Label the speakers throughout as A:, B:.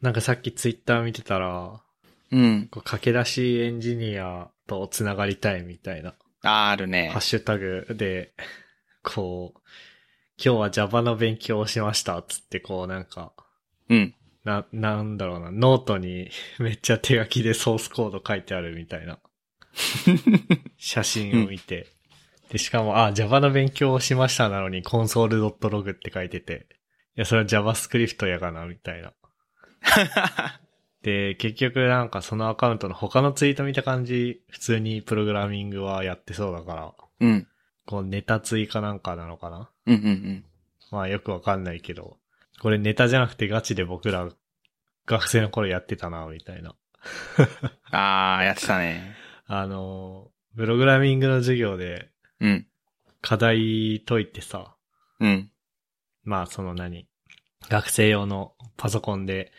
A: なんかさっきツイッター見てたら、
B: うん。
A: こう駆け出しエンジニアとつながりたいみたいな、
B: あるね
A: ハッ。シュタグで、こう、今日は Java の勉強をしました、つってこうなんか、
B: うん。
A: な、なんだろうな、ノートに めっちゃ手書きでソースコード書いてあるみたいな写真を見て、で、しかも、あ、Java の勉強をしましたなのに、console.log って書いてて、いや、それは JavaScript やがな、みたいな。で、結局なんかそのアカウントの他のツイート見た感じ、普通にプログラミングはやってそうだから、
B: うん。
A: こうネタ追加なんかなのかな
B: うんうんうん。
A: まあよくわかんないけど、これネタじゃなくてガチで僕ら学生の頃やってたな、みたいな。
B: ああ、やってたね。
A: あの、プログラミングの授業で
B: うん。
A: 課題解いてさ、
B: うん。
A: まあその何学生用のパソコンで、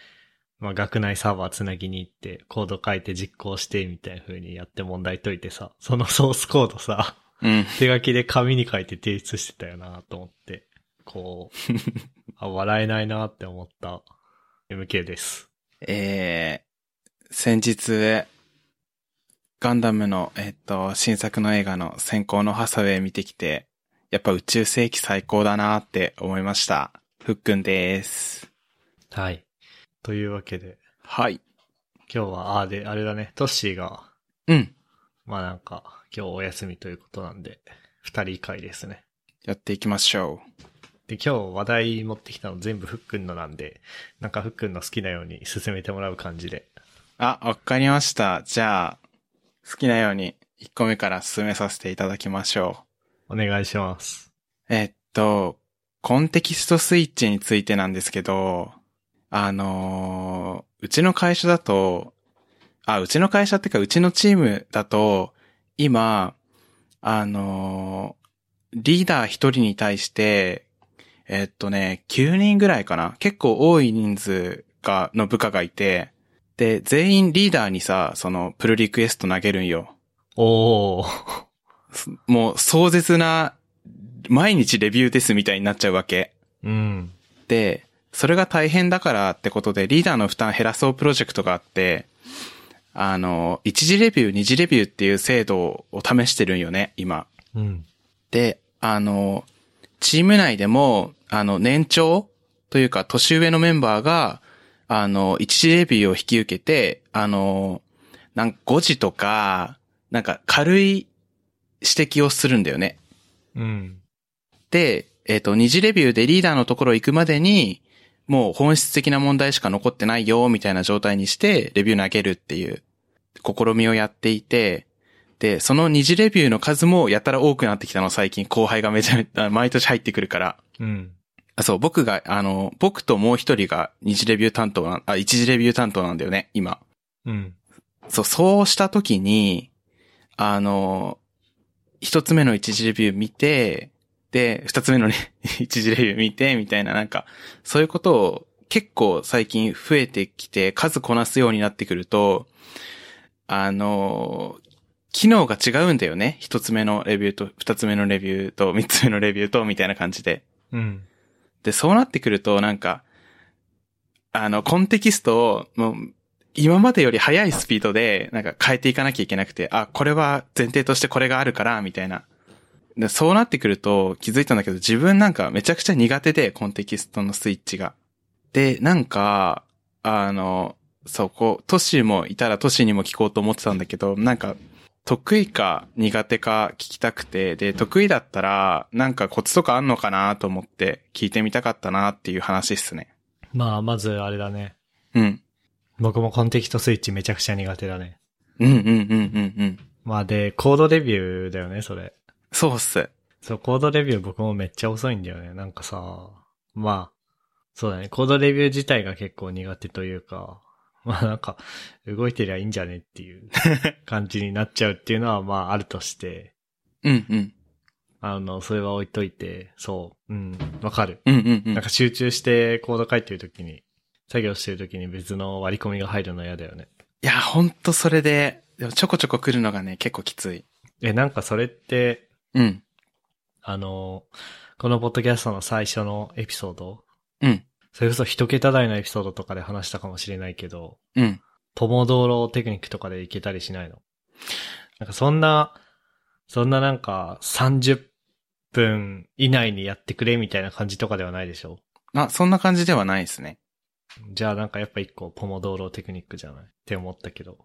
A: まあ学内サーバーつなぎに行ってコード書いて実行してみたいな風にやって問題解いてさ、そのソースコードさ、
B: うん。
A: 手書きで紙に書いて提出してたよなと思って、こ う、あ、笑えないなって思った MK です。
B: えー、先日、ガンダムの、えっと、新作の映画の先行のハサウェイ見てきて、やっぱ宇宙世紀最高だなって思いました。ふっくんです。
A: はい。というわけで、
B: はい。
A: 今日は、あ、で、あれだね、トッシーが、
B: うん。
A: まあなんか、今日お休みということなんで、二人会ですね。
B: やっていきましょ
A: で、今日話題持ってきたの全部ふっくんのなんで、なんかふっくんの好きなように進めてもらう感じで。
B: う。あ、わかりました。じゃあ、好きなように1個目から進めさせていただきましょう。
A: お願いします。
B: えっと、コンテキストスイッチについてなんですけど、あのーうちの会社だと、あ、うちの会社っていうか、うちのチームだと、今、あのーリーダー一人に対して、えっとね、9人ぐらいかな結構多い人数が、の部下がいて、で、全員リーダーにさ、その、プルリクエスト投げるんよ。
A: おー。
B: もう壮絶な、毎日レビューですみたいになっちゃうわけ。
A: うん。
B: で、それが大変だからってことで、リーダーの負担減らそうプロジェクトがあって、あの、一次レビュー、二次レビューっていう制度を試してるんよね、今。
A: うん。
B: で、あの、チーム内でも、あの、年長というか、年上のメンバーが、あの、一次レビューを引き受けて、あの、なんか5時とか、なんか軽い指摘をするんだよね。
A: うん。
B: で、えっ、と、二次レビューでリーダーのところ行くまでに、もう本質的な問題しか残ってないよ、みたいな状態にして、レビュー投げるっていう、試みをやっていて、で、その二次レビューの数もやたら多くなってきたの、最近後輩がめちゃめち ゃ、毎年入ってくるから。
A: うん。
B: あそう、僕が、あの、僕ともう一人が二次レビュー担当な、あ、一次レビュー担当なんだよね、今。
A: うん。
B: そう、そうしたときに、あの、一つ目の一次レビュー見て、で、二つ目のね、 一次レビュー見て、みたいな、なんか、そういうことを結構最近増えてきて、数こなすようになってくると、あの、機能が違うんだよね。一つ目のレビューと、二つ目のレビューと、三つ目のレビューと、みたいな感じで。
A: うん。
B: で、そうなってくると、なんか、あの、コンテキストを、もう、今までより速いスピードで、なんか変えていかなきゃいけなくて、あ、これは前提としてこれがあるから、みたいな。で、そうなってくると気づいたんだけど、自分なんかめちゃくちゃ苦手で、コンテキストのスイッチが。で、なんか、あの、そこ、トシもいたらトシにも聞こうと思ってたんだけど、なんか、得意か苦手か聞きたくて、で、得意だったら、なんかコツとかあんのかなと思って聞いてみたかったなっていう話っすね。
A: まあ、まずあれだね。
B: うん。
A: 僕もコンテキストスイッチめちゃくちゃ苦手だね。
B: うんうんうんうんうん。
A: まあで、コードレビューだよね、それ。
B: そうっす。
A: そう、コードレビュー僕もめっちゃ遅いんだよね。なんかさ、まあ、そうだね、コードレビュー自体が結構苦手というか、まあなんか、動いてりゃいいんじゃねっていう 感じになっちゃうっていうのはまああるとして、
B: うんうん。
A: あの、それは置いといて、そう、うん、わかる。
B: うんうんうん。
A: なんか集中してコード書いてるときに、作業してるときに別の割り込みが入るの嫌だよね。
B: いや、ほんとそれで、でもちょこちょこ来るのがね、結構きつい。
A: え、なんかそれって、
B: うん。
A: あの、このポッドキャストの最初のエピソード
B: うん。
A: それこそ一桁台のエピソードとかで話したかもしれないけど、
B: うん。
A: ポモドーロテクニックとかでいけたりしないのなんかそんな、そんななんか30分以内にやってくれみたいな感じとかではないでしょ
B: あ、そんな感じではないですね。
A: じゃあなんかやっぱ一個ポモドーロテクニックじゃないって思ったけど。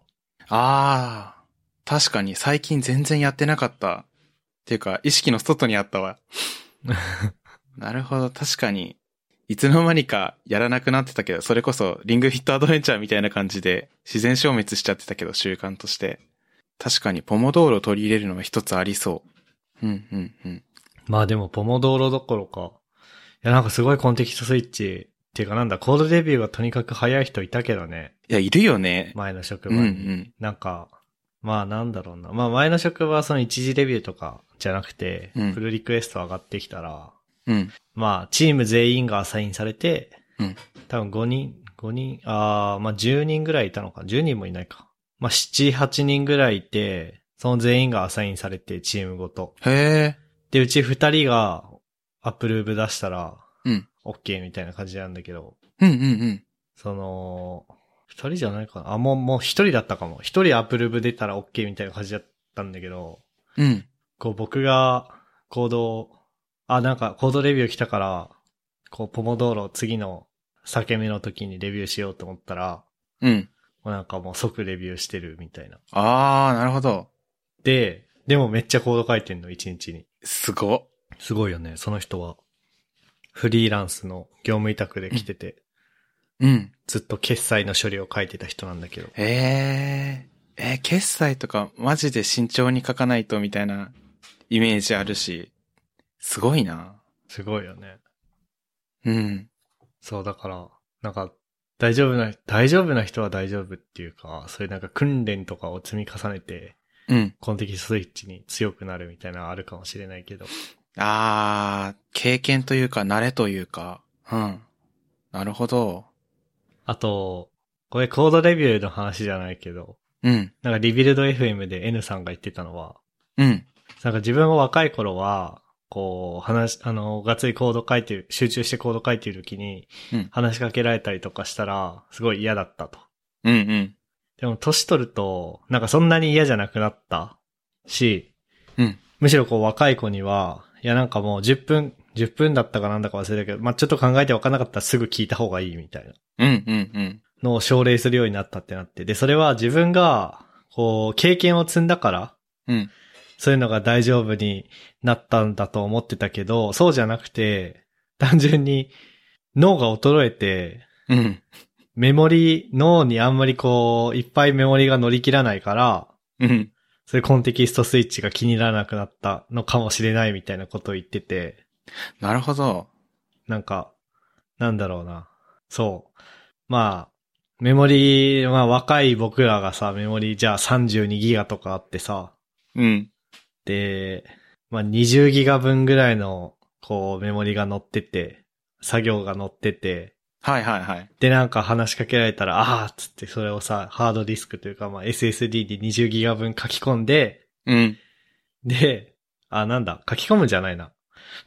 B: ああ、確かに最近全然やってなかった。っていうか、意識の外にあったわ。なるほど、確かに。いつの間にかやらなくなってたけど、それこそリングフィットアドベンチャーみたいな感じで自然消滅しちゃってたけど、習慣として。確かにポモドーロを取り入れるのは一つありそう。うん、うん、うん。
A: まあでもポモドーロどころか。いやなんかすごいコンテキストスイッチっていうかなんだ、コードデビューがとにかく早い人いたけどね。
B: いや、いるよね。
A: 前の職
B: う
A: 場
B: ん、
A: に。
B: うん。
A: なんか、まあなんだろうな。まあ前の職場はその一時レビューとかじゃなくて、
B: うん
A: フルリクエスト上がってきたら、
B: うん。
A: まあチーム全員がアサインされて、
B: うん
A: 多分5人、5人、ああ、まあ10人ぐらいいたのか。10人もいないか。まあ7、8人ぐらいいて、その全員がアサインされて、チームごと。
B: へえ。
A: で、うち2人がアプルーブ出したら、
B: うん。
A: OK みたいな感じなんだけど、
B: うん、うん、うん。
A: その、二人じゃないかな。あ、もう、もう一人だったかも。一人アプルーブ出たら OK みたいな感じだったんだけど、
B: うん。
A: こう僕がコードを、あ、なんかコードレビュー来たから、こうポモドーロ次の裂け目の時にレビューしようと思ったら、
B: うん。
A: もうなんかもう即レビューしてるみたいな。
B: ああ、なるほど。
A: で、でもめっちゃコード書いてんの、一日に。
B: すごっ。
A: すごいよね、その人は。フリーランスの業務委託で来てて、
B: うん。
A: ずっと決済の処理を書いてた人なんだけど。
B: えええー決済とかマジで慎重に書かないとみたいなイメージあるし、すごいな。
A: すごいよね。
B: うん。
A: そう、だから、なんか、大丈夫な、大丈夫な人は大丈夫っていうか、そういうなんか訓練とかを積み重ねて、
B: うん。
A: コンテキストスイッチに強くなるみたいなのあるかもしれないけど。
B: あー、経験というか慣れというか、うん。なるほど。
A: あと、これコードレビューの話じゃないけど、
B: うん。
A: なんかリビルド FM で N さんが言ってたのは、
B: うん。
A: なんか自分も若い頃は、こう、話、あの、がっつりコード書いてる、集中してコード書いてる時に
B: うん、
A: 話しかけられたりとかしたら、すごい嫌だったと。
B: うんうん。
A: でも、年取ると、なんかそんなに嫌じゃなくなったし、
B: うん
A: むしろこう若い子には、いやなんかもう10分、10分だったかなんだか忘れたけど、まあ、ちょっと考えて分かんなかったらすぐ聞いた方がいいみたいな
B: うんうんうん。
A: のを奨励するようになったってなって、で、それは自分が、こう、経験を積んだから、
B: うん。
A: そういうのが大丈夫になったんだと思ってたけど、そうじゃなくて、単純に脳が衰えて、
B: うん。
A: メモリ、脳にあんまりこう、いっぱいメモリが乗り切らないから、
B: うん。
A: そういうコンテキストスイッチが気にならなくなったのかもしれないみたいなことを言ってて、
B: なるほど。
A: なんか、なんだろうな。そう。まあ、メモリ、まあ若い僕らがさ、メモリじゃあ32ギガとかあってさ、
B: うん。
A: で、まあ20ギガ分ぐらいの、こうメモリが乗ってて、作業が乗ってて、
B: はいはいはい。
A: で、なんか話しかけられたら、あーっつって、それをさ、ハードディスクというか、まあ、SSD で20ギガ分書き込んで、
B: うん。
A: で、あ、なんだ、書き込むんじゃないな。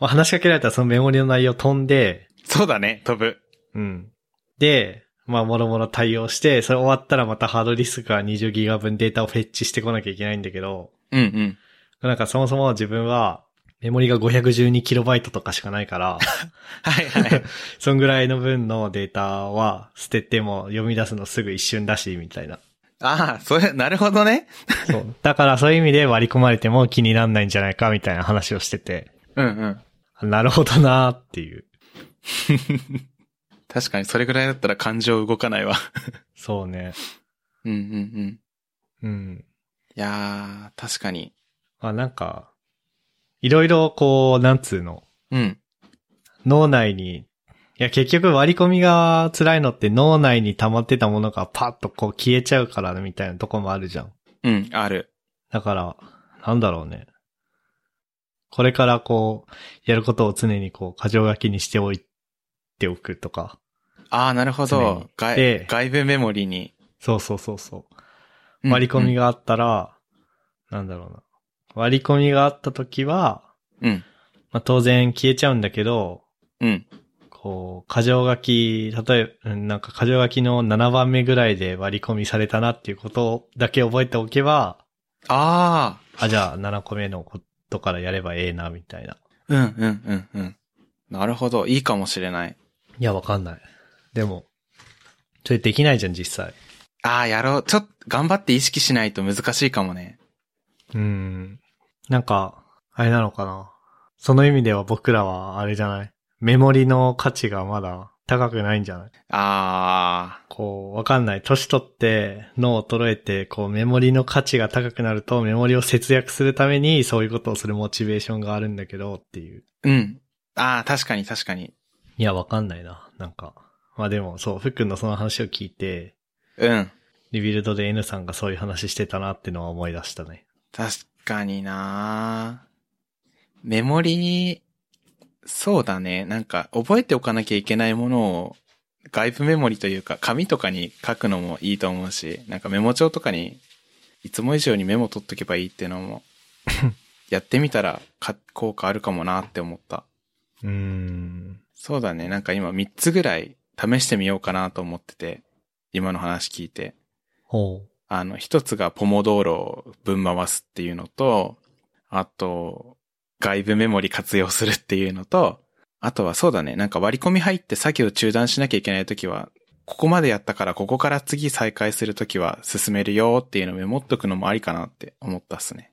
A: まあ、話しかけられたらそのメモリの内容飛んで、
B: そうだね、飛ぶ。
A: うん。で、まあ、もろもろ対応して、それ終わったらまたハードディスクから20ギガ分データをフェッチしてこなきゃいけないんだけど、
B: うんうん。
A: なんかそもそも自分は、メモリが 512KB とかしかないから、
B: はいはい。
A: そんぐらいの分のデータは捨てても読み出すのすぐ一瞬だし、みたいな。
B: ああ、それ、なるほどね。
A: そう。だからそういう意味で割り込まれても気になんないんじゃないかみたいな話をしてて、
B: うんうん。
A: あなるほどなーっていう。
B: 確かにそれぐらいだったら感情動かないわ。
A: そうね。
B: うんうんうん。
A: うん。
B: いやー、確かに。
A: まあなんか、いろいろこう、なんつうの、
B: うん。
A: 脳内に、いや結局割り込みが辛いのって脳内に溜まってたものがパッとこう消えちゃうからみたいなとこもあるじゃん。
B: うん、ある。
A: だから、なんだろうね。これからこう、やることを常にこう、過剰書きにしておいておくとか。
B: あー、なるほ
A: 常
B: ど
A: に。で
B: 外外部メモリに。
A: そうそうそうそう。
B: うん
A: 割り込み。があったら、なんだろうな。割り込みがあった時は、
B: うん。
A: まあ、当然消えちゃうんだけど、
B: うん。
A: こう、箇条書き、例えば、うんなんか箇条書きの7番目ぐらいで割り込みされたなっていうことだけ覚えておけば、
B: ああ。
A: あ、じゃあ7個目のことからやればええな、みたいな。
B: うんうんうんうん。なるほど。いいかもしれない。
A: いや、わかんない。でも、それできないじゃん、実際。
B: ああ、やろう。ちょっと、頑張って意識しないと難しいかもね。
A: うん。なんか、あれなのかな。その意味では僕らは、あれじゃない。メモリの価値がまだ高くないんじゃない
B: あ
A: こう、わかんない。年取って、脳衰えて、こう、メモリの価値が高くなると、メモリを節約するために、そういうことをするモチベーションがあるんだけど、っていう。
B: あ。うん。ああ、確かに確かに。
A: いや、わかんないな。なんか。まあでも、そう、ふっくんのその話を聞いて、
B: うん。
A: リビルドで N さんがそういう話してたなってのは思い出したね。
B: 確かになメモリそうだね。なんか、覚えておかなきゃいけないものを、外部メモリというか、紙とかに書くのもいいと思うし、なんかメモ帳とかに、いつも以上にメモ取っとけばいいっていうのも、やってみたらか、効果あるかもなって思った。
A: うーん。
B: そうだね。なんか今3つぐらい試してみようかなと思ってて、今の話聞いて。
A: ほう。
B: あの、一つがポモドーロを分回すっていうのと、あと、外部メモリ活用するっていうのと、あとはそうだね、なんか割り込み入って作業中断しなきゃいけないときは、ここまでやったからここから次再開するときは進めるよっていうのをメモっとくのもありかなって思ったっすね。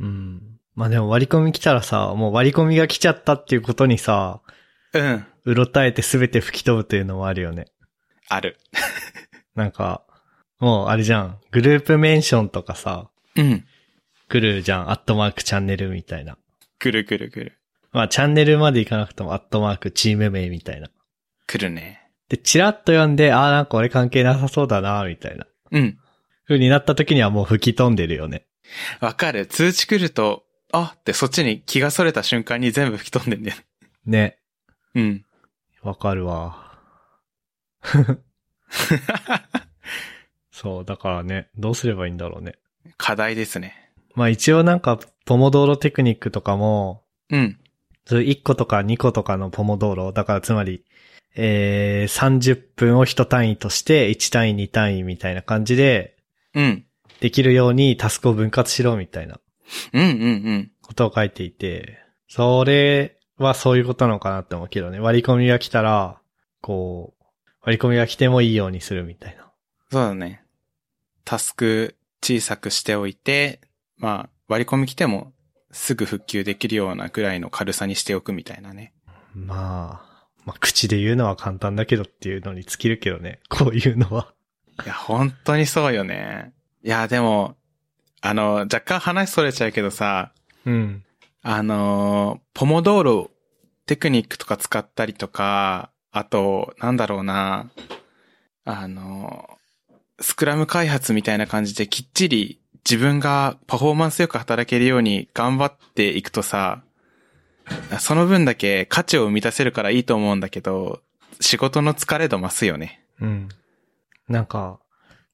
A: うん。まあでも割り込み来たらさ、もう割り込みが来ちゃったっていうことにさ、
B: うん。
A: うろたえて全て吹き飛ぶというのもあるよね。
B: ある。
A: なんか、もうあれじゃん。グループメンションとかさ、
B: うん。
A: 来るじゃん。アットマークチャンネルみたいな。
B: くるくるくる。
A: まあチャンネルまで行かなくてもアットマークチーム名みたいな。
B: くるね。
A: で、チラッと読んで、ああ、なんか俺関係なさそうだな、みたいな。
B: うん。
A: 風になった時にはもう吹き飛んでるよね。
B: わかる。通知来ると、あってそっちに気が逸れた瞬間に全部吹き飛んでんだよね。
A: ね。
B: うん。
A: わかるわ。そう、だからね、どうすればいいんだろうね。
B: 課題ですね。
A: まあ一応なんか、ポモドーロテクニックとかも、
B: うん。
A: そういう1個とか2個とかのポモドーロ、だからつまり、えー、30分を1単位として、1単位2単位みたいな感じで、
B: うん。
A: できるようにタスクを分割しろみたいな
B: うんうんうん。
A: ことを書いていて、それはそういうことなのかなって思うけどね、割り込みが来たら、こう、割り込みが来てもいいようにするみたいな。
B: そうだね。タスク小さくしておいて、まあ、割り込み来てもすぐ復旧できるようなぐらいの軽さにしておくみたいなね。
A: まあ、まあ口で言うのは簡単だけどっていうのに尽きるけどね、 こういうのは。
B: いや、本当にそうよね。いや、でも、あの、若干話それちゃうけどさ、
A: うん。
B: あのーポモドーロテクニックとか使ったりとか、あと、なんだろうな、あのースクラム開発みたいな感じできっちり自分がパフォーマンスよく働けるように頑張っていくとさ、その分だけ価値を生み出せるからいいと思うんだけど、仕事の疲れ度増すよね。
A: うん。なんか、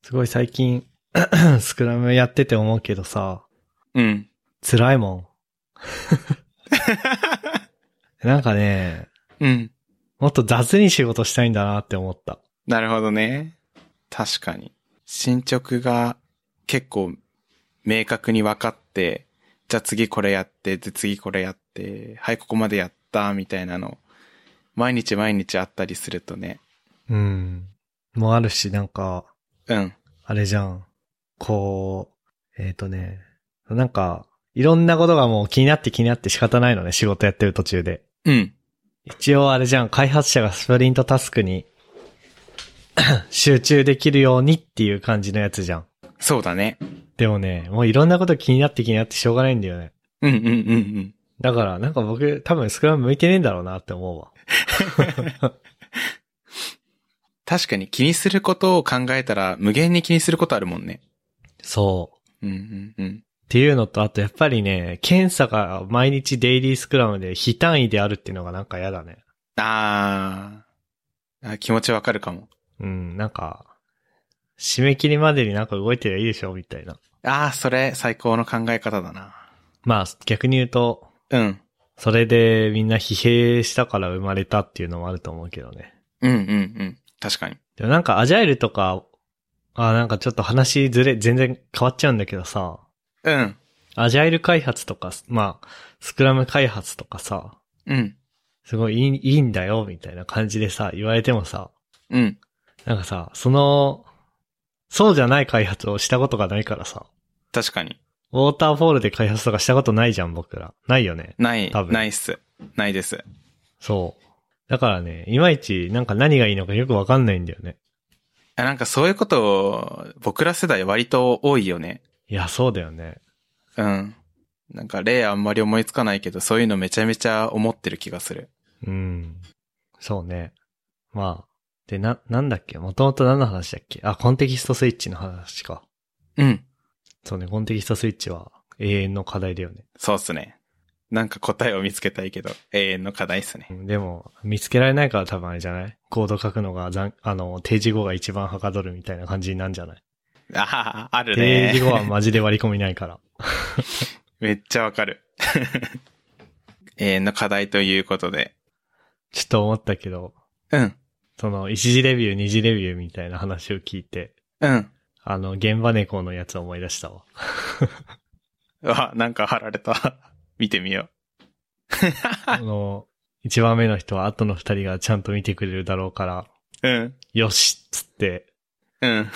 A: すごい最近、 スクラムやってて思うけどさ、
B: うん。
A: 辛い もん。なんかね、
B: うん。
A: もっと雑に仕事したいんだなって思った。
B: なるほどね。確かに。進捗が結構明確に分かって、じゃあ次これやって、で次これやって、はいここまでやった、みたいなの、毎日毎日あったりするとね。
A: うん。もあるし、なんか、
B: うん。
A: あれじゃん。こう、えっ、とね、なんか、いろんなことがもう気になって気になって仕方ないのね、仕事やってる途中で。
B: うん。
A: 一応あれじゃん、開発者がスプリントタスクに 集中できるようにっていう感じのやつじゃん。
B: そうだね。
A: でもね、もういろんなこと気になって気になってしょうがないんだよね。
B: うんうんうんうん。
A: だから、なんか僕、多分スクラム向いてねえんだろうなって思うわ。
B: 確かに気にすることを考えたら無限に気にすることあるもんね。
A: そう。
B: うんうんうん。
A: っていうのと、あとやっぱりね、検査が毎日デイリースクラムで非単位であるっていうのがなんか嫌だね。
B: あーあ。気持ちわかるかも。
A: うん、なんか、締め切りまでになんか動いてりゃいいでしょみたいな。
B: ああ、それ最高の考え方だな。
A: まあ、逆に言うと、
B: うん。
A: それでみんな疲弊したから生まれたっていうのもあると思うけどね。
B: うんうんうん。確かに。
A: でもなんかアジャイルとか、あ、なんかちょっと話ずれ、全然変わっちゃうんだけどさ、
B: うん。
A: アジャイル開発とか、まあ、スクラム開発とかさ、
B: うん。
A: すごいいいいいんだよ、みたいな感じでさ、言われてもさ、
B: うん。
A: なんかさ、その、そうじゃない開発をしたことがないからさ、
B: 確かに。
A: ウォーターフォールで開発とかしたことないじゃん、僕ら。ないよね。
B: ない、
A: 多分
B: ないっす。ないです。
A: そう。だからね、いまいち、なんか何がいいのかよくわかんないんだよね。
B: あなんかそういうことを、僕ら世代割と多いよね。
A: いや、そうだよね。
B: うん。なんか例あんまり思いつかないけど、そういうのめちゃめちゃ思ってる気がする。
A: うん。そうね。まあ。で、な、なんだっけもともと何の話だっけあ、コンテキストスイッチの話か。
B: うん。
A: そうね、コンテキストスイッチは永遠の課題だよね。
B: そうっすね。なんか答えを見つけたいけど、永遠の課題っすね
A: う。んでも、見つけられないから多分あれじゃないコード書くのがざん、あの、定時後が一番はかどるみたいな感じになんじゃない
B: あはは、ある
A: 定時
B: ね。
A: 後はマジで割り込みないから。
B: めっちゃわかる。 永遠の課題ということで。
A: ちょっと思ったけど、
B: うん。
A: その、一次レビュー、二次レビューみたいな話を聞いて、
B: うん。
A: あの、現場猫のやつを思い出したわ。
B: あ、なんか貼られた。 見てみよ
A: あの、一番目の人は後の二人がちゃんと見てくれるだろうから、
B: う。うん。
A: よしっつって、
B: うん。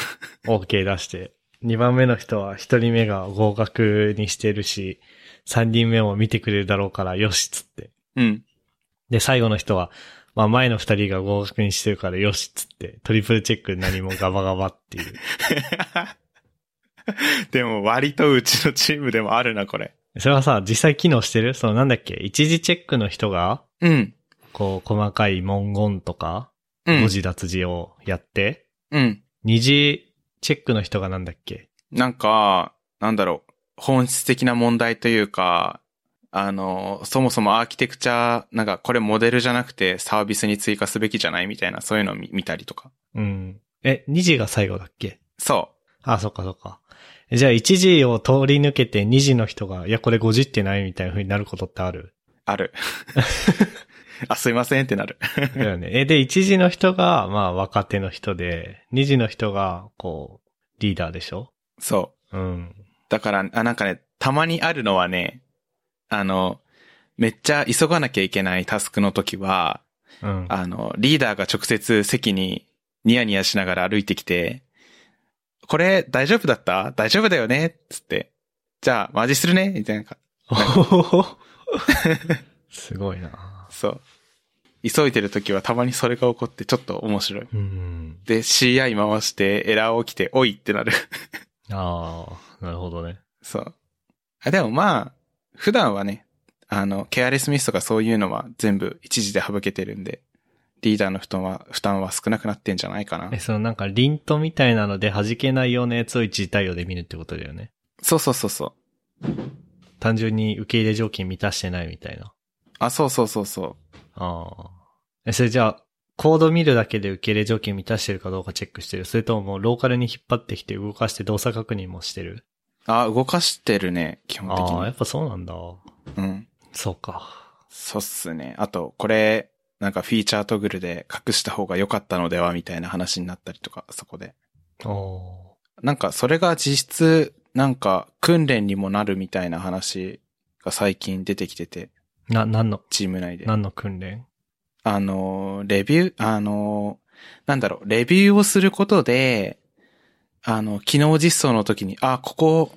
A: OK 出して。二番目の人は一人目が合格にしてるし、三人目も見てくれるだろうから、よしっつって。
B: うん。
A: で、最後の人は、まあ前の二人が合格にしてるから、よしっつって、トリプルチェック何もガバガバっていう。
B: でも割とうちのチームでもあるな、これ。
A: それはさ、実際機能してるそのなんだっけ一時チェックの人が、
B: うん。
A: こう、細かい文言とか、
B: う
A: 文
B: ん。
A: 字脱字をやって、
B: うん。
A: 二次チェックの人がなんだっけ
B: なんか、なんだろう。本質的な問題というか、あの、そもそもアーキテクチャ、なんかこれモデルじゃなくてサービスに追加すべきじゃないみたいな、そういうのを見見たりとか。
A: うん。え、二次が最後だっけ
B: そ
A: あそっかそっか。えじゃあ一次を通り抜けて二次の人が、いや、これ50ってないみたいな風になることってある
B: う、あ る。あ、すいませんってなる。
A: だよね。え、で、一次の人が、まあ、若手の人で、二次の人が、こう、リーダーでしょ
B: そう。
A: うん。
B: だから、あ、なんかね、たまにあるのはね、あの、めっちゃ急がなきゃいけないタスクの時は、
A: うん。
B: あ の、リーダーが直接席にニヤニヤしながら歩いてきて、これ大丈夫だった大丈夫だよねつって。じゃあ、マジするねみたいな。
A: すごいな
B: そう。急いでる時はたまにそれが起こってちょっと面白い。
A: うん。
B: で、CI 回してエラー起きて、おいってなる。
A: ああ、なるほどね。
B: そう。あでもまあ、普段はね、あの、ケアレスミスとかそういうのは全部一時で省けてるんで、リーダーの負担は、負担は少なくなってんじゃないかな
A: え、。そのなんか、リントみたいなので弾けないようなやつを一次対応で見るってことだよね。
B: そうそうそうそう。
A: 単純に受け入れ条件満たしてないみたいな。
B: あ、そうそうそうそ
A: ああ。え、それじゃあ、コード見るだけで受け入れ条件満たしてるかどうかチェックしてるそれとももうローカルに引っ張ってきて動かして動作確認もしてる
B: う。あ、動かしてるね、基本
A: ああ、や
B: 的
A: っぱそうなんだ。
B: に。うん。
A: そうか。
B: そうっすね。あと、これ、なんかフィーチャートグルで隠した方が良かったのでは、みたいな話になったりとか、そこで。
A: お
B: なんか、それが実質、なんか、訓練にもなるみたいな話が最近出てきてて、
A: ーな、なんの、
B: チーム内で。
A: なんの訓練
B: あの、レビュー、あの、なんだろう、レビューをすることで、あの、機能実装の時に、あ、ここ、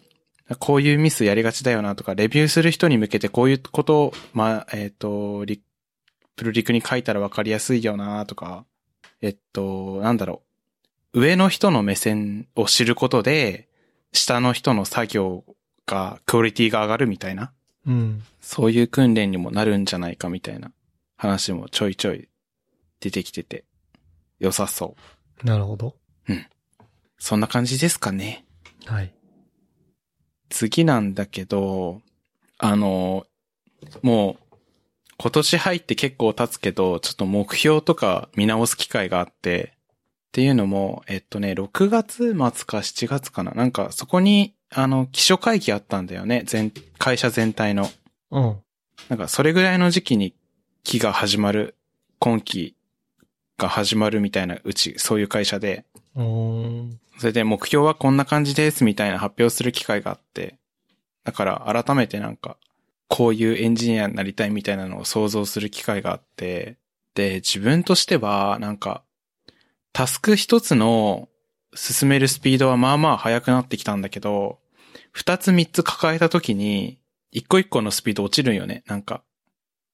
B: こういうミスやりがちだよなとか、レビューする人に向けてこういうことを、まあ、えっ、と、リプルリクに書いたらわかりやすいよなとか、えっと、なんだろう、上の人の目線を知ることで、下の人の作業が、クオリティが上がるみたいな。
A: うん。
B: そういう訓練にもなるんじゃないかみたいな話もちょいちょい出てきてて、良さそう。
A: なるほど。
B: そんな感じですかね。
A: はい。
B: 次なんだけど、あの、もう、今年入って結構経つけど、ちょっと目標とか見直す機会があって、っていうのも、えっとね、6月末か7月かな。なんか、そこに、あの、基礎会議あったんだよね。全、会社全体の。
A: うん。
B: なんかそれぐらいの時期に期が始まる、今期が始まるみたいなうち、そういう会社で、
A: うん。
B: それで目標はこんな感じですみたいな発表する機会があって、だから改めてなんか、こういうエンジニアになりたいみたいなのを想像する機会があって、で、自分としてはなんか、タスク一つの進めるスピードはまあまあ速くなってきたんだけど、二つ三つ抱えた時に、一個一個のスピード落ちるんよね。なんか、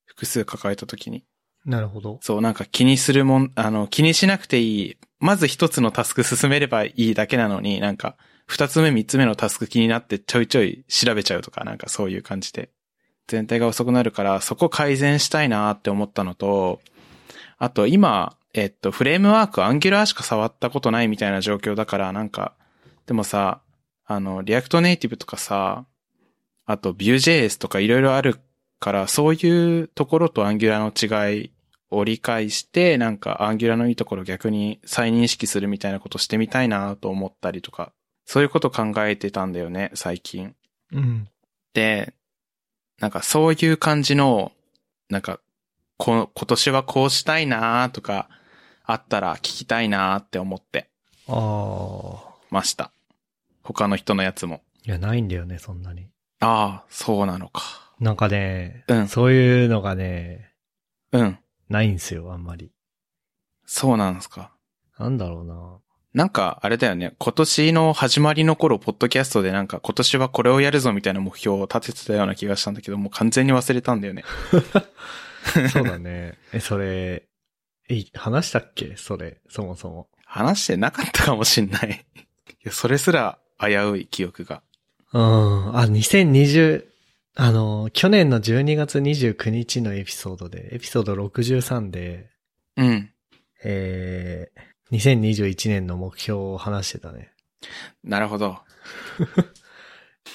B: 複数抱えた時に。
A: なるほど。
B: そう、なんか気にするもん、あの、気にしなくていい。まず一つのタスク進めればいいだけなのに、なんか、二つ目、三つ目のタスク気になってちょいちょい調べちゃうとか、なんかそういう感じで。全体が遅くなるから、そこ改善したいなって思ったのと、あと今、えっと、フレームワーク、アンギュラーしか触ったことないみたいな状況だから、なんか、でもさ、あの、リアクトネイティブとかさ、あと、Vue.js とかいろいろあるから、そういうところとアンギュラーの違いを理解して、なんかアンギュラのいいところを逆に再認識するみたいなことしてみたいなと思ったりとか、そういうこと考えてたんだよね、最近。
A: うん。
B: で、なんかそういう感じの、なんか、こ今年はこうしたいなとか、あったら聞きたいなって思って
A: ああ。
B: ました。他の人のやつも。
A: いや、ないんだよね、そんなに。
B: ああ、そうなのか。
A: なんかね、
B: うん
A: そういうのがね、
B: うん。
A: ないんですよ、あんまり。
B: そうなんですか。
A: なんだろうな。
B: なんか、あれだよね。今年の始まりの頃、ポッドキャストでなんか、今年はこれをやるぞみたいな目標を立ててたような気がしたんだけど、もう完全に忘れたんだよね。
A: そうだね。え、それ、え、話したっけそれ、そもそも。
B: 話してなかったかもしんない。 いや、それすら危うい記憶が。
A: うん。あ、2020、あの、去年の12月29日のエピソードで、エピソード63で、
B: うん。
A: えー、2021年の目標を話してたね。
B: なるほど。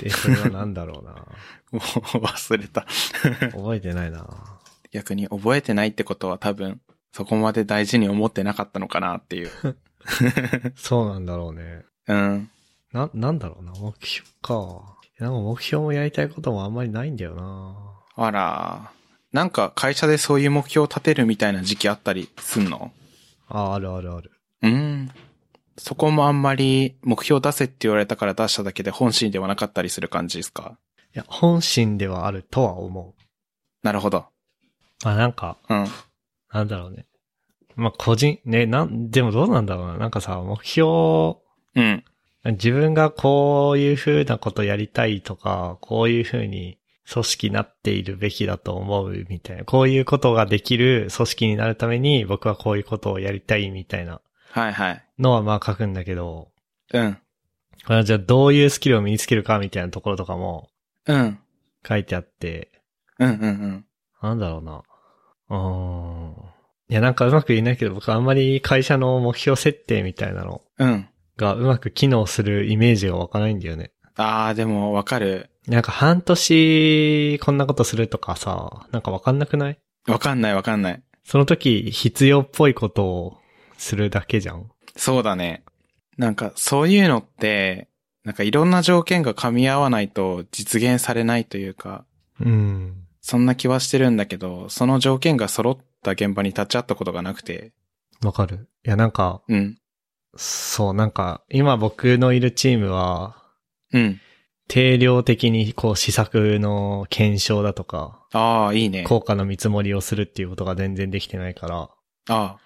A: で、それはなんだろうな。
B: もう忘れた。
A: 覚えてないな。
B: 逆に覚えてないってことは多分、そこまで大事に思ってなかったのかな っていう。
A: そうなんだろうね。
B: うん。
A: な、なんだろうな、目標か。なんか目標もやりたいこともあんまりないんだよな。
B: あら。なんか、会社でそういう目標を立てるみたいな時期あったりすんの
A: あ、あるあるある。
B: うん。そこもあんまり目標出せって言われたから出しただけで本心ではなかったりする感じですか
A: いや、本心ではあるとは思
B: なるほど。
A: う。あ、なんか、
B: うん。
A: なんだろうね。まあ、個人、ね、なん、でもどうなんだろうな。なんかさ、目標、
B: うん。
A: 自分がこういう風なことやりたいとか、こういう風に組織になっているべきだと思うみたいな。こういうことができる組織になるために僕はこういうことをやりたいみたいな
B: はいはい。
A: のはまあ書くんだけど、
B: うん。
A: あじゃあどういうスキルを身につけるかみたいなところとかも
B: うん。
A: 書いてあって、
B: うんうんうん。
A: なんだろうな。うーん。いや、なんかうまく言えないけど、僕あんまり会社の目標設定みたいなの
B: うん。
A: がうまく機能するイメージが湧かないんだよね。
B: あー、でもわかる。
A: なんか半年こんなことするとかさ、なんかわかんなくない
B: わかんないわかんない。
A: その時必要っぽいことをするだけじゃん。
B: そうだね。なんか、そういうのって、なんかいろんな条件が噛み合わないと実現されないというか、
A: うん。
B: そんな気はしてるんだけど、その条件が揃った現場に立ち会ったことがなくて、
A: わかる。いや、なんか、
B: うん。
A: そう、なんか、今僕のいるチームは、
B: うん。
A: 定量的にこう試作の検証だとか、
B: あー、いいね。
A: 効果の見積もりをするっていうことが全然できてないから、
B: あー。
A: ま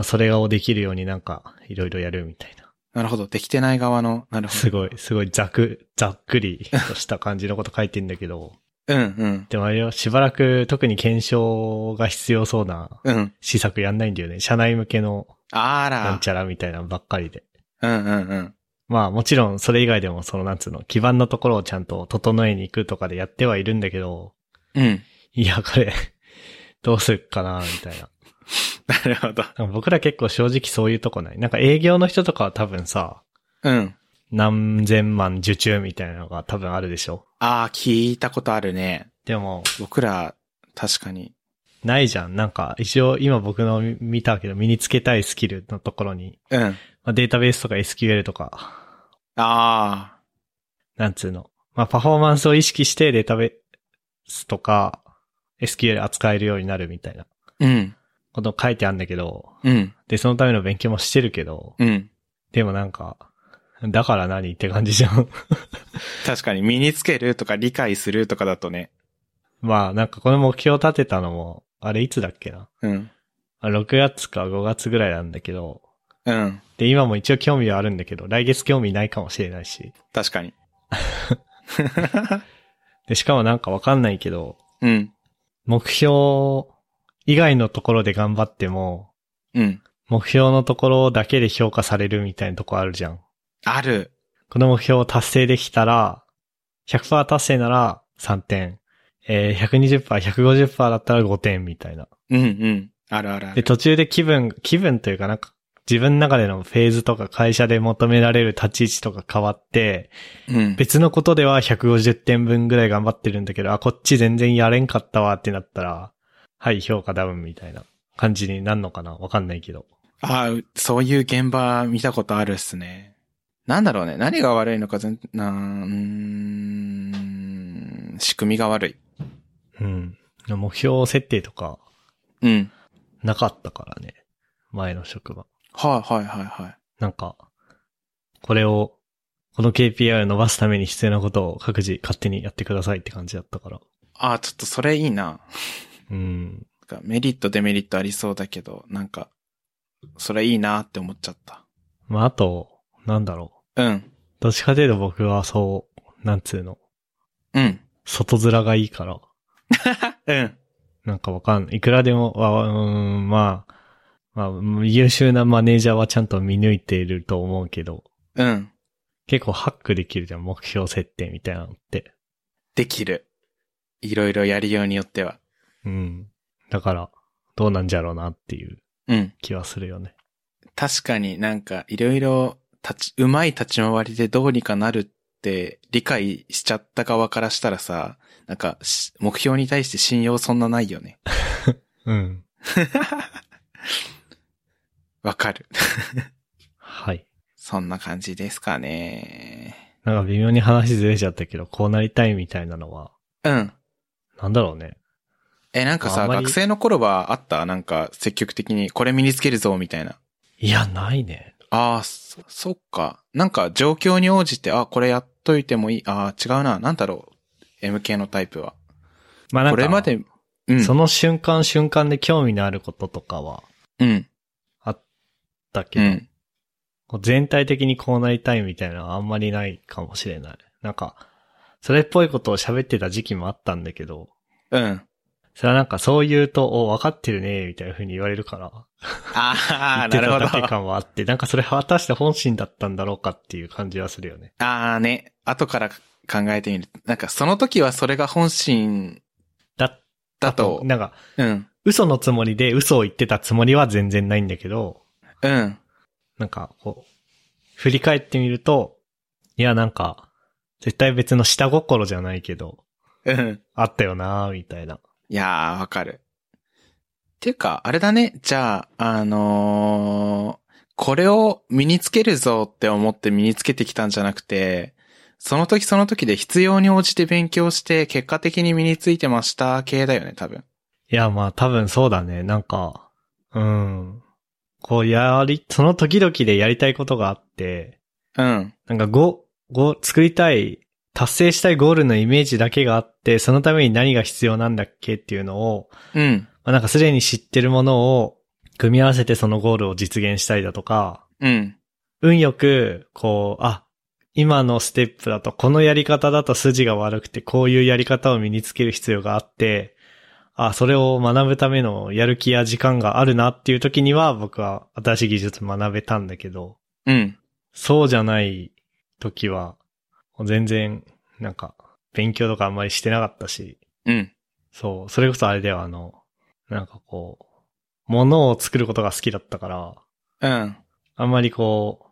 A: あ、それをできるようになんかいろいろやるみたいな。
B: なるほど。できてない側の、なるほど。
A: すごい、すごいざく、ざっくりとした感じのこと書いてんだけど、
B: うん、
A: でもあれよ、しばらく特に検証が必要そうな
B: うん。うん。
A: 試作やんないんだよね。社内向けの
B: あ
A: なん
B: ら
A: ち。ゃらみたいなのばっかりで。
B: うん、うん、うん。
A: まあもちろんそれ以外でもそのなんつうの、基盤のところをちゃんと整えに行くとかでやってはいるんだけど、
B: うん。
A: いや、これ、 どうするかな、みたいな。
B: なるほ
A: な
B: ど。
A: んか僕ら結構正直そういうとこない。なんか営業の人とかは多分さ、
B: うん。
A: 何千万受注みたいなのが多分あるでしょ
B: ああ、聞いたことあるね。
A: でも、
B: 僕ら、確かに。
A: ないじゃん。なんか、一応今僕の見見たけど、身につけたいスキルのところに、
B: うん。あ
A: まあ、データベースとか SQL とか、
B: あ
A: なんつうの。まあ、パフォーマンスを意識してデータベースとか、 SQL 扱えるようになるみたいな
B: うん。
A: ことを書いてあるんだけど、
B: うん。
A: で、そのための勉強もしてるけど、
B: うん。
A: でもなんか、だから何って感じじゃん。
B: 確かに身につけるとか理解するとかだとね。
A: まあ、なんかこの目標を立てたのも、あれいつだっけな。
B: うん。
A: あ6月か5月ぐらいなんだけど、
B: うん。
A: で、今も一応興味はあるんだけど、来月興味ないかもしれないし。
B: 確かに。
A: で、しかもなんかわかんないけど、
B: うん。
A: 目標以外のところで頑張っても、
B: うん。
A: 目標のところだけで評価されるみたいなとこあるじゃん。
B: ある。
A: この目標を達成できたら、100%達成なら3点。えー、120%、150%だったら5点みたいな。
B: うんうん。あるあるあ
A: で、
B: る。
A: 途中で気分、気分というかなんか、自分の中でのフェーズとか会社で求められる立ち位置とか変わって、
B: うん。
A: 別のことでは150点分ぐらい頑張ってるんだけど、あ、こっち全然やれんかったわってなったら、はい、評価ダウンみたいな感じになるのかなわかんないけど。
B: ああ、そういう現場見たことあるっすね。なんだろうね。何が悪いのか全、なーうーん、仕組みが悪い。
A: うん。目標設定とか、
B: うん。
A: なかったからね。前の職場。
B: はいはいはいはい。
A: なんか、これを、この KPI を伸ばすために必要なことを各自勝手にやってくださいって感じだったから。
B: ああ、ちょっとそれいいな。
A: うん。
B: なんかメリットデメリットありそうだけど、なんか、それいいなって思っちゃった。
A: まあ、あと、なんだろ
B: うん。
A: う。どっちかというと僕はそう、なんつうの、
B: うん。
A: 外面がいいから、
B: うん。
A: なんかわかんない。いくらでも、わうーん、まあ、まあ、優秀なマネージャーはちゃんと見抜いていると思うけど、
B: うん。
A: 結構ハックできるじゃん、目標設定みたいなのって。
B: できる。いろいろやりようによっては。
A: うん。だから、どうなんじゃろうなっていう
B: うん。
A: 気はするよね。
B: 確かになんか、いろいろ、立ち、うまい立ち回りでどうにかなるって理解しちゃった側からしたらさ、なんかし、目標に対して信用そんなないよね。
A: うん。
B: わかる。
A: はい。
B: そんな感じですかね。
A: なんか微妙に話ずれちゃったけど、こうなりたいみたいなのは、
B: うん。
A: なんだろうね。
B: え、なんか
A: あ
B: さ、
A: んまり
B: 学生の頃はあったなんか、積極的にこれ身につけるぞ、みたいな。
A: いや、ないね。
B: ああ、そ、そっか。なんか、状況に応じて、あこれやっといてもいい。ああ、違うな。なんだろう。MK のタイプは。
A: まあなん
B: こ
A: か、
B: れまで、うん。
A: その瞬間瞬間で興味のあることとかは
B: うん。
A: あったけ
B: う
A: ど、
B: ん。
A: こう全体的にこうなりたいみたいなのはあんまりないかもしれない。なんか、それっぽいことを喋ってた時期もあったんだけど、
B: うん。
A: それはなんかそう言うと、お、わかってるね、みたいな風に言われるから、
B: ああ、
A: 言
B: な
A: ってた
B: るほど。
A: だけ感はあって、なんかそれ果たして本心だったんだろうかっていう感じはするよね。
B: ああね。後から考えてみる。なんか、その時はそれが本心
A: だっ
B: だと、
A: なんか、
B: うん。
A: 嘘のつもりで嘘を言ってたつもりは全然ないんだけど、
B: うん。
A: なんかこう、振り返ってみると、いやなんか、絶対別の下心じゃないけど、
B: うん。
A: あったよなーみたいな。
B: いやー、わかる。っていうか、あれだね。じゃあ、あのーこれを身につけるぞって思って身につけてきたんじゃなくて、その時その時で必要に応じて勉強して、結果的に身についてました系だよね、多分。
A: いやまあ多分そうだね、なんか、うん。こうやり、その時々でやりたいことがあって、
B: うん。
A: なんかゴ、ゴ、作りたい、達成したいゴールのイメージだけがあって、そのために何が必要なんだっけっていうのを、
B: うん。
A: まあ、なんかすでに知ってるものを組み合わせてそのゴールを実現したりだとか、
B: うん。
A: 運よく、こう、あ、今のステップだと、このやり方だと筋が悪くて、こういうやり方を身につける必要があって、あ、それを学ぶためのやる気や時間があるなっていう時には、僕は新しい技術学べたんだけど、
B: うん。
A: そうじゃない時は、全然、なんか、勉強とかあんまりしてなかったし、
B: うん。
A: そう、それこそあれだよ、あの、なんかこう、物を作ることが好きだったから、
B: うん。
A: あんまりこ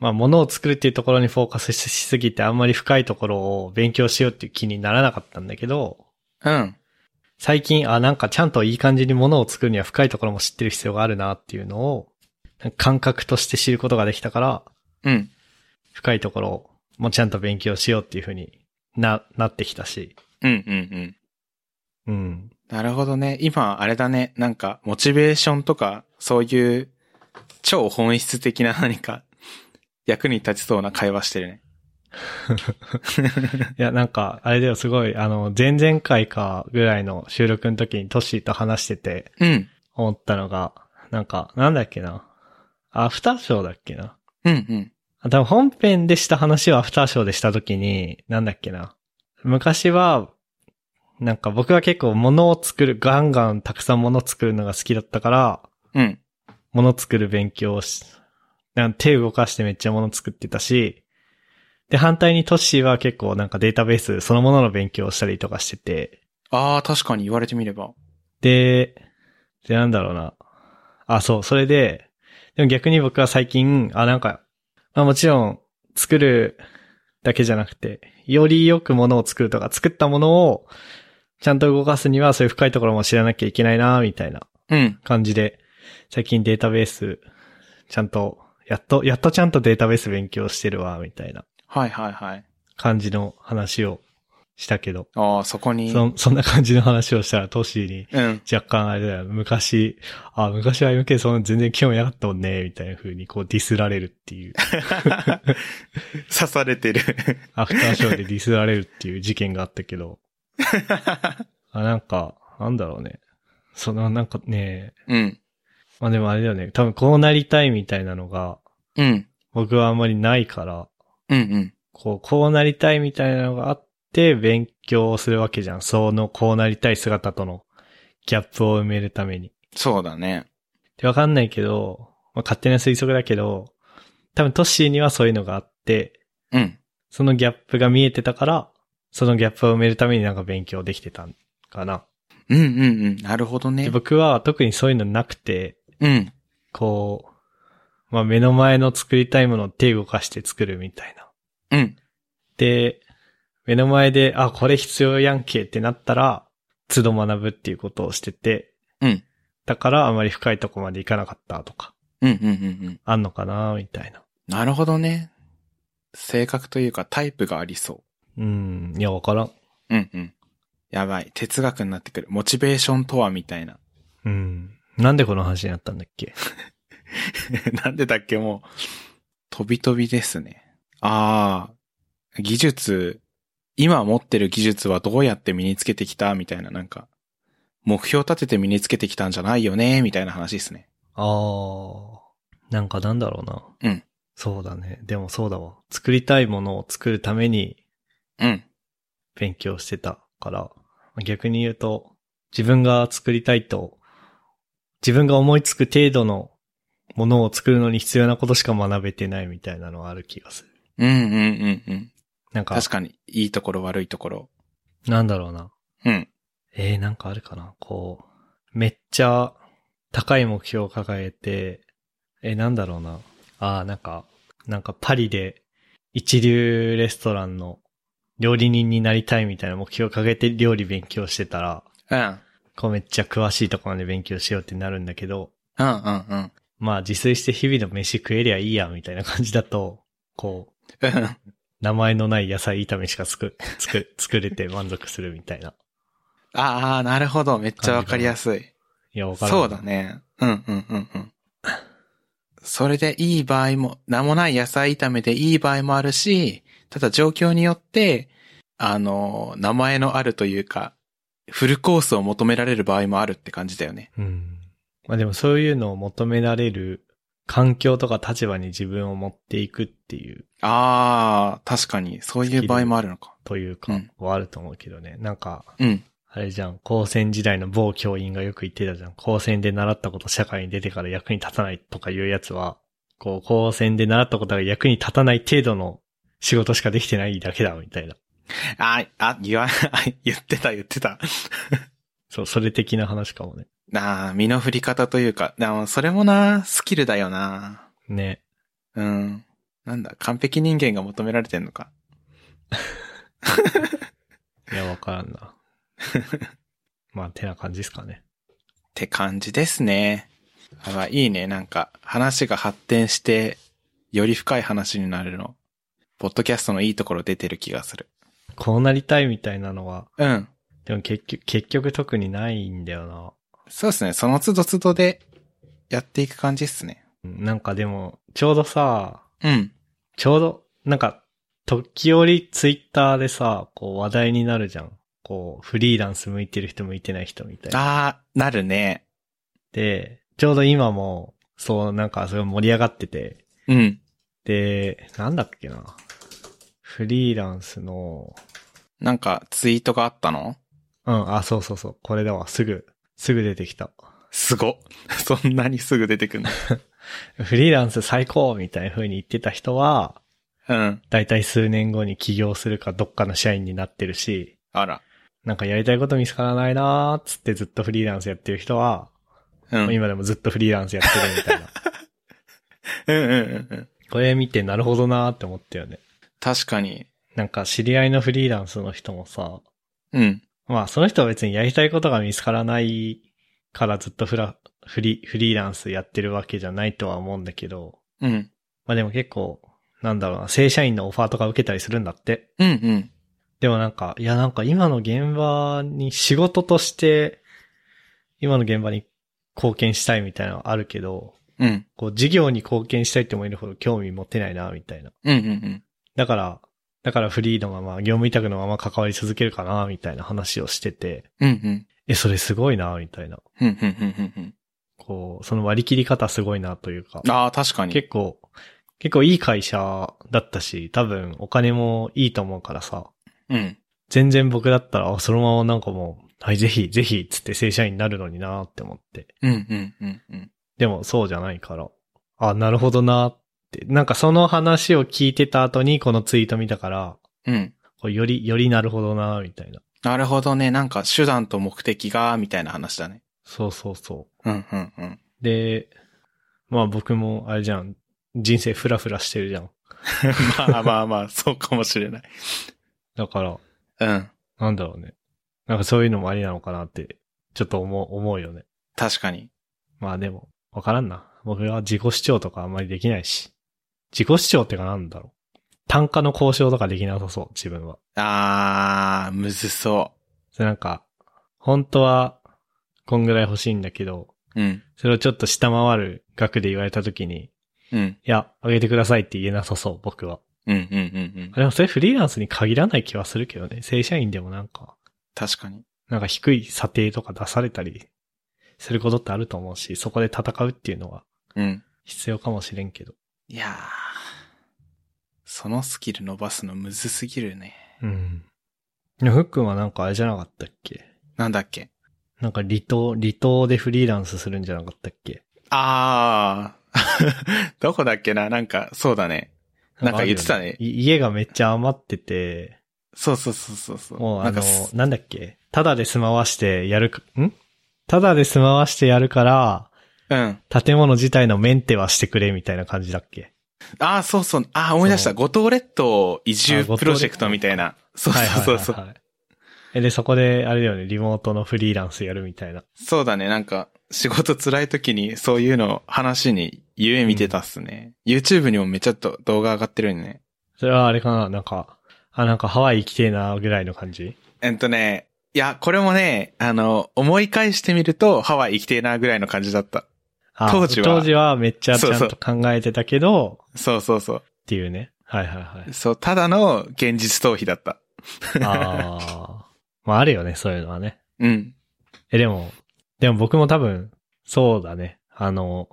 A: う、まあ物を作るっていうところにフォーカスししすぎて、あんまり深いところを勉強しようっていう気にならなかったんだけど、
B: うん。
A: 最近、あ、なんかちゃんといい感じに物を作るには深いところも知ってる必要があるなっていうのを、なんか感覚として知ることができたから、
B: うん。
A: 深いところもちゃんと勉強しようっていうふうにな、なってきたし、
B: うん。
A: う
B: うん。
A: ん。
B: なるほどね。今、あれだね。なんか、モチベーションとか、そういう、超本質的な何か、 役に立ちそうな会話してるね。
A: いや、なんか、あれだよ、すごい、あの、前々回かぐらいの収録の時にトッシーと話してて
B: うん。
A: 思ったのが、なんか、なんだっけな。アフターショーだっけな。
B: うんうん。
A: あ多分本編でした話をアフターショーでした時に、なんだっけな。昔は、なんか僕が結構物を作る、ガンガンたくさん物を作るのが好きだったから、
B: うん。
A: 物作る勉強をし、なん手動かしてめっちゃ物作ってたし、で、反対にトッシーは結構なんかデータベースそのものの勉強をしたりとかしてて、
B: ああ、確かに言われてみれば。
A: で、で、なんだろうな。あ、そう、それで、でも逆に僕は最近、あ、なんか、まあもちろん、作るだけじゃなくて、よりよくものを作るとか、作ったものを、ちゃんと動かすにはそういう深いところも知らなきゃいけないな、みたいな。
B: うん。
A: 感じで、最近データベース、ちゃんと、やっと、やっとちゃんとデータベース勉強してるわ、みたいな
B: はいはいはい。
A: 感じの話をしたけど、
B: ああ、そこに。
A: そん、そんな感じの話をしたら、トシーに、
B: うん。
A: 若干あれだよ、昔、あ、昔は MK そんな全然興味なかったもんね、みたいな風にこうディスられるっていう、
B: 刺され てる。
A: アフターショーでディスられるっていう事件があったけど、あ、なんか、なんだろうね。その、なんかね、
B: うん。
A: まあでもあれだよね、多分こうなりたいみたいなのが、
B: うん。
A: 僕はあんまりないから、
B: うんうん。
A: こう、こうなりたいみたいなのがあって、勉強をするわけじゃん。その、こうなりたい姿とのギャップを埋めるために。
B: そうだね。
A: で、わかんないけど、まあ、勝手な推測だけど、多分トッシーにはそういうのがあって、
B: うん。
A: そのギャップが見えてたから、そのギャップを埋めるためになんか勉強できてたんかな。
B: うんうんうん。なるほど
A: で
B: ね。
A: 僕は特にそういうのなくて、
B: うん。
A: こう、まあ、目の前の作りたいものを手動かして作るみたいな。
B: うん。
A: で、目の前で、あ、これ必要やんけってなったら、都度学ぶっていうことをしてて、
B: うん。
A: だからあまり深いとこまで行かなかったとか、
B: うんうんうんうん。
A: あんのかなみたいな。
B: なるほどね。性格というかタイプがありそ
A: うん、いや、わからん。
B: う。うんうん。やばい。哲学になってくる。モチベーションとはみたいな。
A: うん。なんでこの話になったんだっけ
B: なんでだっけもう。飛び飛びですね。ああ。技術、今持ってる技術はどうやって身につけてきたみたいな、なんか、目標立てて身につけてきたんじゃないよねみたいな話ですね。
A: あー。なんかなんだろうな。
B: うん。
A: そうだね。でもそうだわ。作りたいものを作るために
B: うん。
A: 勉強してたから、逆に言うと、自分が作りたいと、自分が思いつく程度のものを作るのに必要なことしか学べてないみたいなのはある気がする。
B: うんうんうんうん。
A: なんか、
B: 確かに、いいところ悪いところ。
A: なんだろうな。
B: うん。
A: えー、なんかあるかなこう、めっちゃ高い目標を抱えて、えー、なんだろうな。あーなんか、なんかパリで一流レストランの料理人になりたいみたいな目標を掲げて料理勉強してたら、
B: うん。うん
A: こうめっちゃ詳しいところまで勉強しようってなるんだけど、
B: うん うん。
A: まあ自炊して日々の飯食えりゃいいや、みたいな感じだと、こう、
B: うん。
A: 名前のない野菜炒めしか作、作、作れて満足するみたいな。
B: ああ、なるほど。めっちゃわかりやすい。
A: いや、わからん。
B: そうだ。ね。うんうんうんうん。それでいい場合も、名もない野菜炒めでいい場合もあるし、ただ状況によって、あの、名前のあるというか、フルコースを求められる場合もあるって感じだよね。
A: うん。まあでもそういうのを求められる環境とか立場に自分を持っていくっていう、
B: ああ、確かに、そういう場合もあるのか。
A: というか
B: うん、
A: はあると思うけどね。なんか、
B: うん。
A: あれじゃん、高専時代の某教員がよく言ってたじゃん。高専で習ったこと社会に出てから役に立たないとかいうやつは、こう、高専で習ったことが役に立たない程度の仕事しかできてないだけだ、みたいな。
B: あ、あ、言わ、 言ってた言ってた。
A: そう、それ的な話かもね。
B: なあ、身の振り方というか、でもそれもな、スキルだよな。
A: ね。
B: うん。なんだ、完璧人間が求められてんのか。
A: いや、わからんな。まあ、てな感じですかね。
B: って感じですね。あまあ、いいね。なんか、話が発展して、より深い話になるの。ポッドキャストのいいところ出てる気がする。
A: こうなりたいみたいなのは、
B: うん。
A: ででも結局、結局特にないんだよな。
B: そうですね。その都度都度でやっていく感じですね。
A: うんなんかでも、ちょうどさ、
B: うん。
A: ちょうど、なんか、時折ツイッターでさ、こう話題になるじゃん。こう、フリーランス向いてる人向いてない人みたいな。
B: あー、なるね。
A: で、ちょうど今も、そう、なんかそれ盛り上がってて。
B: うん。
A: で、なんだっけな。フリーランスの、
B: なんかツイートがあったの
A: うん、あ、そうそうそう、これだわ、すぐ、すぐ出てきた。
B: すごっ。 そんなにすぐ出てくるの。
A: フリーランス最高みたいな風に言ってた人は、
B: うん。
A: だいたい数年後に起業するかどっかの社員になってるし、
B: あら。
A: なんかやりたいこと見つからないなーっつってずっとフリーランスやってる人は、
B: うん。うん
A: 今でもずっとフリーランスやってるみたいな。
B: うんうんうん。
A: これ見てなるほどなーって思ったよね。
B: 確かに。
A: なんか知り合いのフリーランスの人もさ、
B: うん。
A: まあその人は別にやりたいことが見つからないからずっとフラ、フリ、フリーランスやってるわけじゃないとは思うんだけど、
B: うん。
A: まあでも結構、なんだろうな、正社員のオファーとか受けたりするんだって。
B: うんうん。
A: でもなんか、いやなんか今の現場に仕事として、今の現場に貢献したいみたいなのはあるけど、
B: うん。
A: こう事業に貢献したいって思えるほど興味持てないな、みたいな。
B: うんうんうん。
A: だから、だからフリーのまま、業務委託のまま関わり続けるかな、みたいな話をしてて、
B: うんうん。
A: え、それすごいな、みたいな。
B: うんうんうんうんうん。
A: こう、その割り切り方すごいなというか、
B: ああ、確かに。
A: 結構、結構いい会社だったし、多分お金もいいと思うからさ、
B: うん。
A: 全然僕だったら、あそのままなんかもう、はい、ぜひ、ぜひ、つって正社員になるのになーって思って。
B: うんうんうんうん。
A: でも、そうじゃないから。あ、なるほどなーって。なんかその話を聞いてた後に、このツイート見たから、
B: うん。
A: こうより、よりなるほどなーみたいな。
B: なるほどね。なんか手段と目的が、みたいな話だね。
A: そうそうそ
B: うんうんうん。
A: う。で、まあ僕も、あれじゃん。人生フラフラしてるじゃん。
B: まあまあまあ、そうかもしれない。
A: だから、
B: うん。
A: なんだろうね。なんかそういうのもありなのかなって、ちょっと思う、思うよね。
B: 確かに。
A: まあでも、わからんな。僕は自己主張とかあんまりできないし。自己主張ってかなんだろう。単価の交渉とかできなさそう、自分は。
B: あー、むずそ
A: それなんか、本当は、こんぐらい欲しいんだけど、
B: う。うん。
A: それをちょっと下回る額で言われた時に、
B: うん。
A: いや、あげてくださいって言えなさそう、僕は。
B: うんうんうんうん。
A: でもそれフリーランスに限らない気はするけどね。正社員でもなんか、
B: 確かに。
A: なんか低い査定とか出されたりすることってあると思うし、そこで戦うっていうのは
B: うん。
A: 必要かもしれんけど。
B: いやー。そのスキル伸ばすのむずすぎるね。
A: うん。いやふっくんはなんかあれじゃなかったっけ
B: なんだっけ
A: なんか離島、離島でフリーランスするんじゃなかったっけ
B: あー。 どこだっけななんか、そうだね。なんか言ってた
A: あ
B: ね
A: るよい家がめっちゃ余ってて、
B: そうそうそうそうそう。
A: もう
B: な
A: あ
B: ん
A: の
B: かす、
A: なんだっけただで住まわしてやるか、んただで住まわしてやるから、
B: うん。
A: 建物自体のメンテはしてくれみたいな感じだっけ
B: あー、そうそう。あー、思い出した。
A: そ
B: 五島列島移
A: あ五
B: 住
A: 島列島
B: プロジェクトみたいな。そうそうそうそう。
A: はいはいはいはいえで、そこで、あれだよね、リモートのフリーランスやるみたいな。
B: そうだね。なんか、仕事辛い時にそういうのを話に夢見てたっすね。YouTube にもめっちゃと動画上がってるよね。
A: それはあれかななんか、あ、なんかハワイ行きてえな、ぐらいの感じ
B: えっとね、いや、これもね、あの、思い返してみると、ハワイ行きてえなぐらいの感じだった。
A: あ
B: 当時は
A: 当時はめっちゃち
B: そう
A: ゃ
B: そ
A: ん
B: う
A: と考えてたけど、
B: そうそうそ
A: っていうね。はいはいは
B: う。
A: い。
B: そう、ただの現実逃避だった。
A: ああ。 まああるよね、そういうのはね。
B: うん。
A: え、でも、でも僕も多分、そうだね。あの、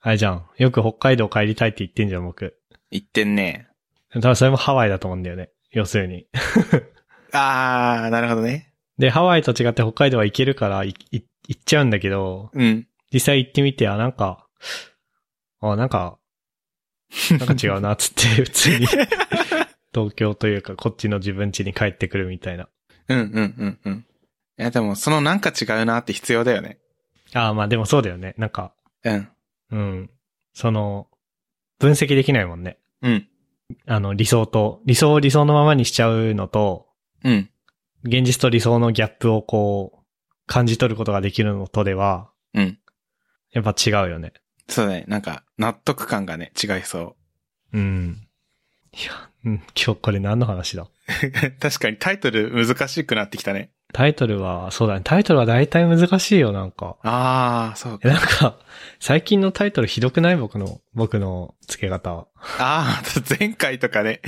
A: あれじゃん。よく北海道帰りたいって言ってんじゃん、僕。
B: 言ってんね。
A: 多分それもハワイだと思うんだよね。要するに。
B: あー、なるほどね。
A: で、ハワイと違って北海道は行けるから、いい行っちゃうんだけど、
B: うん。
A: 実際行ってみて、あ、なんか、あ、なんか、なんか違うな、つって、普通 に、東京というか、こっちの自分家に帰ってくるみたいな。
B: うんうんうんうん。いや、でも、そのなんか違うなって必要だよね。
A: ああ、まあでもそうだよね。なんか、
B: うん。
A: うん。その、分析できないもんね。
B: うん。
A: あの、理想と、理想を理想のままにしちゃうのと、
B: うん。
A: 現実と理想のギャップをこう、感じ取ることができるのとでは、
B: うん。
A: やっぱ違うよね。
B: そうだね。なんか、納得感がね、違いそう。
A: うん。いや、うん、今日これ何の話だ
B: 確かにタイトル難しくなってきたね。
A: タイトルは、そうだね。タイトルは大体難しいよ、なんか。
B: ああ、そう
A: え、なんか、最近のタイトルひどくない僕の、僕の付け方は。
B: ああ、前回とかね。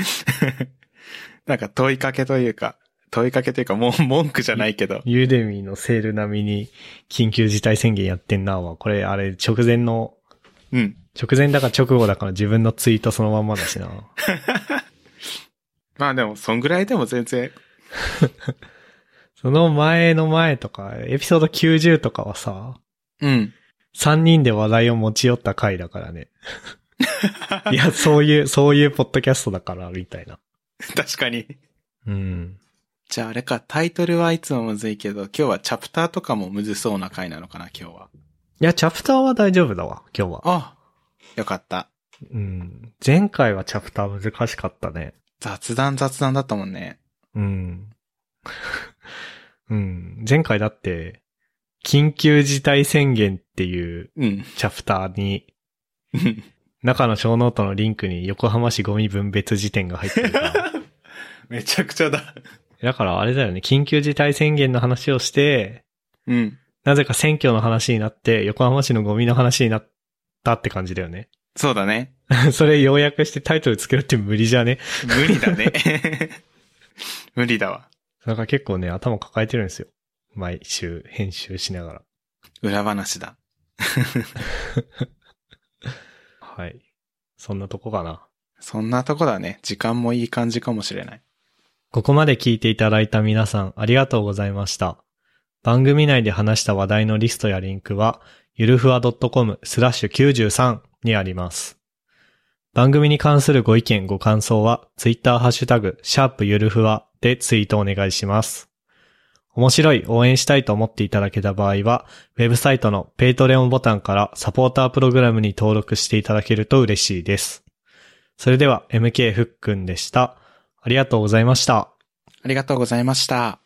B: なんか問いかけというか、問いかけというか、もう文句じゃないけど。
A: ユーデミーのセール並みに緊急事態宣言やってんなは、これ、あれ、直前の、
B: うん。
A: 直前だか直後だから自分のツイートそのまんまだしな。
B: まあでも、そんぐらいでも全然。
A: その前の前とか、エピソード90とかはさ、
B: うん。
A: 3人で話題を持ち寄った回だから ね。いや、そういう、そういうポッドキャストだから、みたいな。
B: 確かに。
A: うん。
B: じゃああれか、タイトルはいつもむずいけど、今日はチャプターとかもむずそうな回なのかな、今日は。
A: いや、チャプターは大丈夫だわ、今日は。
B: あよかった。
A: うん。前回はチャプター難しかったね。
B: 雑談雑談だったもんね。
A: うん。 うん。前回だって、緊急事態宣言っていう
B: うん。
A: チャプターに、
B: うん
A: 中の小ノートのリンクに横浜市ゴミ分別辞典が入ってるから。
B: めちゃくちゃだ。
A: だからあれだよね、緊急事態宣言の話をして、
B: うん。
A: なぜか選挙の話になって、横浜市のゴミの話になったって感じだよね。
B: そうだね。
A: それ要約してタイトルつけるって無理じゃね
B: 無理だね。 無理だわ。
A: だから結構ね、頭抱えてるんですよ。毎週編集しながら。
B: 裏話だ。
A: はい。そんなとこかな。
B: そんなとこだね。時間もいい感じかもしれない。
A: ここまで聞いていただいた皆さんありがとうございました。番組内で話した話題のリストやリンクは、ゆるふわ .com スラッシュ93にあります。番組に関するご意見、ご感想は、ツイッターハッシュタグ、シャープゆるふわでツイートお願いします。面白い、応援したいと思っていただけた場合は、ウェブサイトのペイトレオンボタンからサポータープログラムに登録していただけると嬉しいです。それでは、MK ふっくんでした。ありがとうございました。
B: ありがとうございました。